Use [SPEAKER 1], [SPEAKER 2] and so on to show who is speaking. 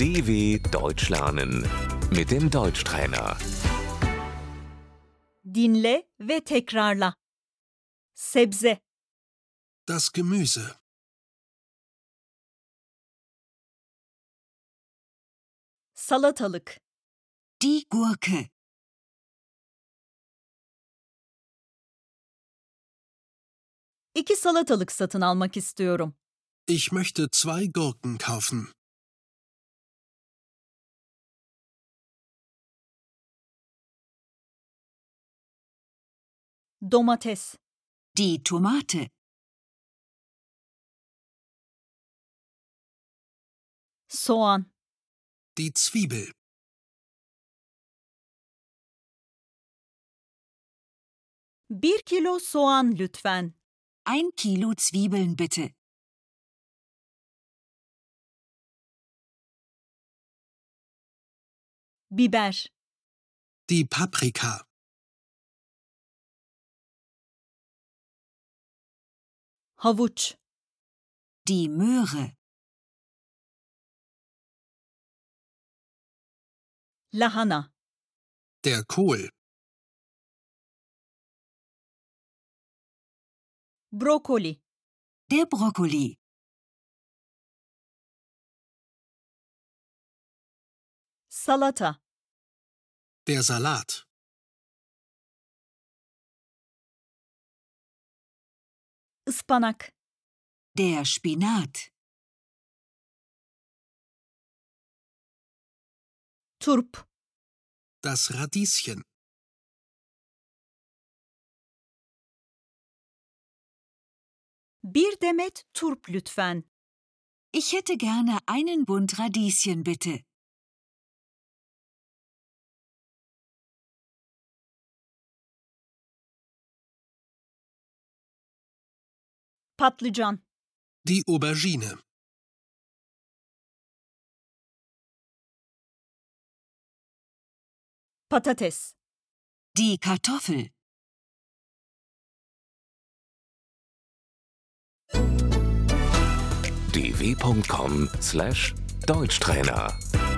[SPEAKER 1] DW Deutsch lernen mit dem Deutschtrainer.
[SPEAKER 2] Dinle ve tekrarla. Sebze,
[SPEAKER 3] Das Gemüse.
[SPEAKER 2] salatalık,
[SPEAKER 4] Die Gurke.
[SPEAKER 2] iki salatalık satın almak istiyorum.
[SPEAKER 3] Ich möchte zwei Gurken kaufen.
[SPEAKER 2] Domates,
[SPEAKER 4] Die Tomate.
[SPEAKER 2] soğan,
[SPEAKER 3] Die Zwiebel.
[SPEAKER 2] bir kilo soğan lütfen.
[SPEAKER 4] Ein Kilo Zwiebeln bitte.
[SPEAKER 2] Biber,
[SPEAKER 3] Die Paprika.
[SPEAKER 2] havuç,
[SPEAKER 4] Die Möhre.
[SPEAKER 2] lahana,
[SPEAKER 3] Der Kohl.
[SPEAKER 2] brokoli,
[SPEAKER 4] Der Brokkoli.
[SPEAKER 2] salata,
[SPEAKER 3] Der Salat.
[SPEAKER 2] ıspanak,
[SPEAKER 4] Der Spinat.
[SPEAKER 2] turp,
[SPEAKER 3] Das Radieschen.
[SPEAKER 2] bir demet turp lütfen.
[SPEAKER 4] Ich hätte gerne einen Bund Radieschen bitte.
[SPEAKER 2] Patlıcan,
[SPEAKER 3] Die Aubergine.
[SPEAKER 2] patates,
[SPEAKER 4] Die Kartoffel.
[SPEAKER 1] dw.com/deutschtrainer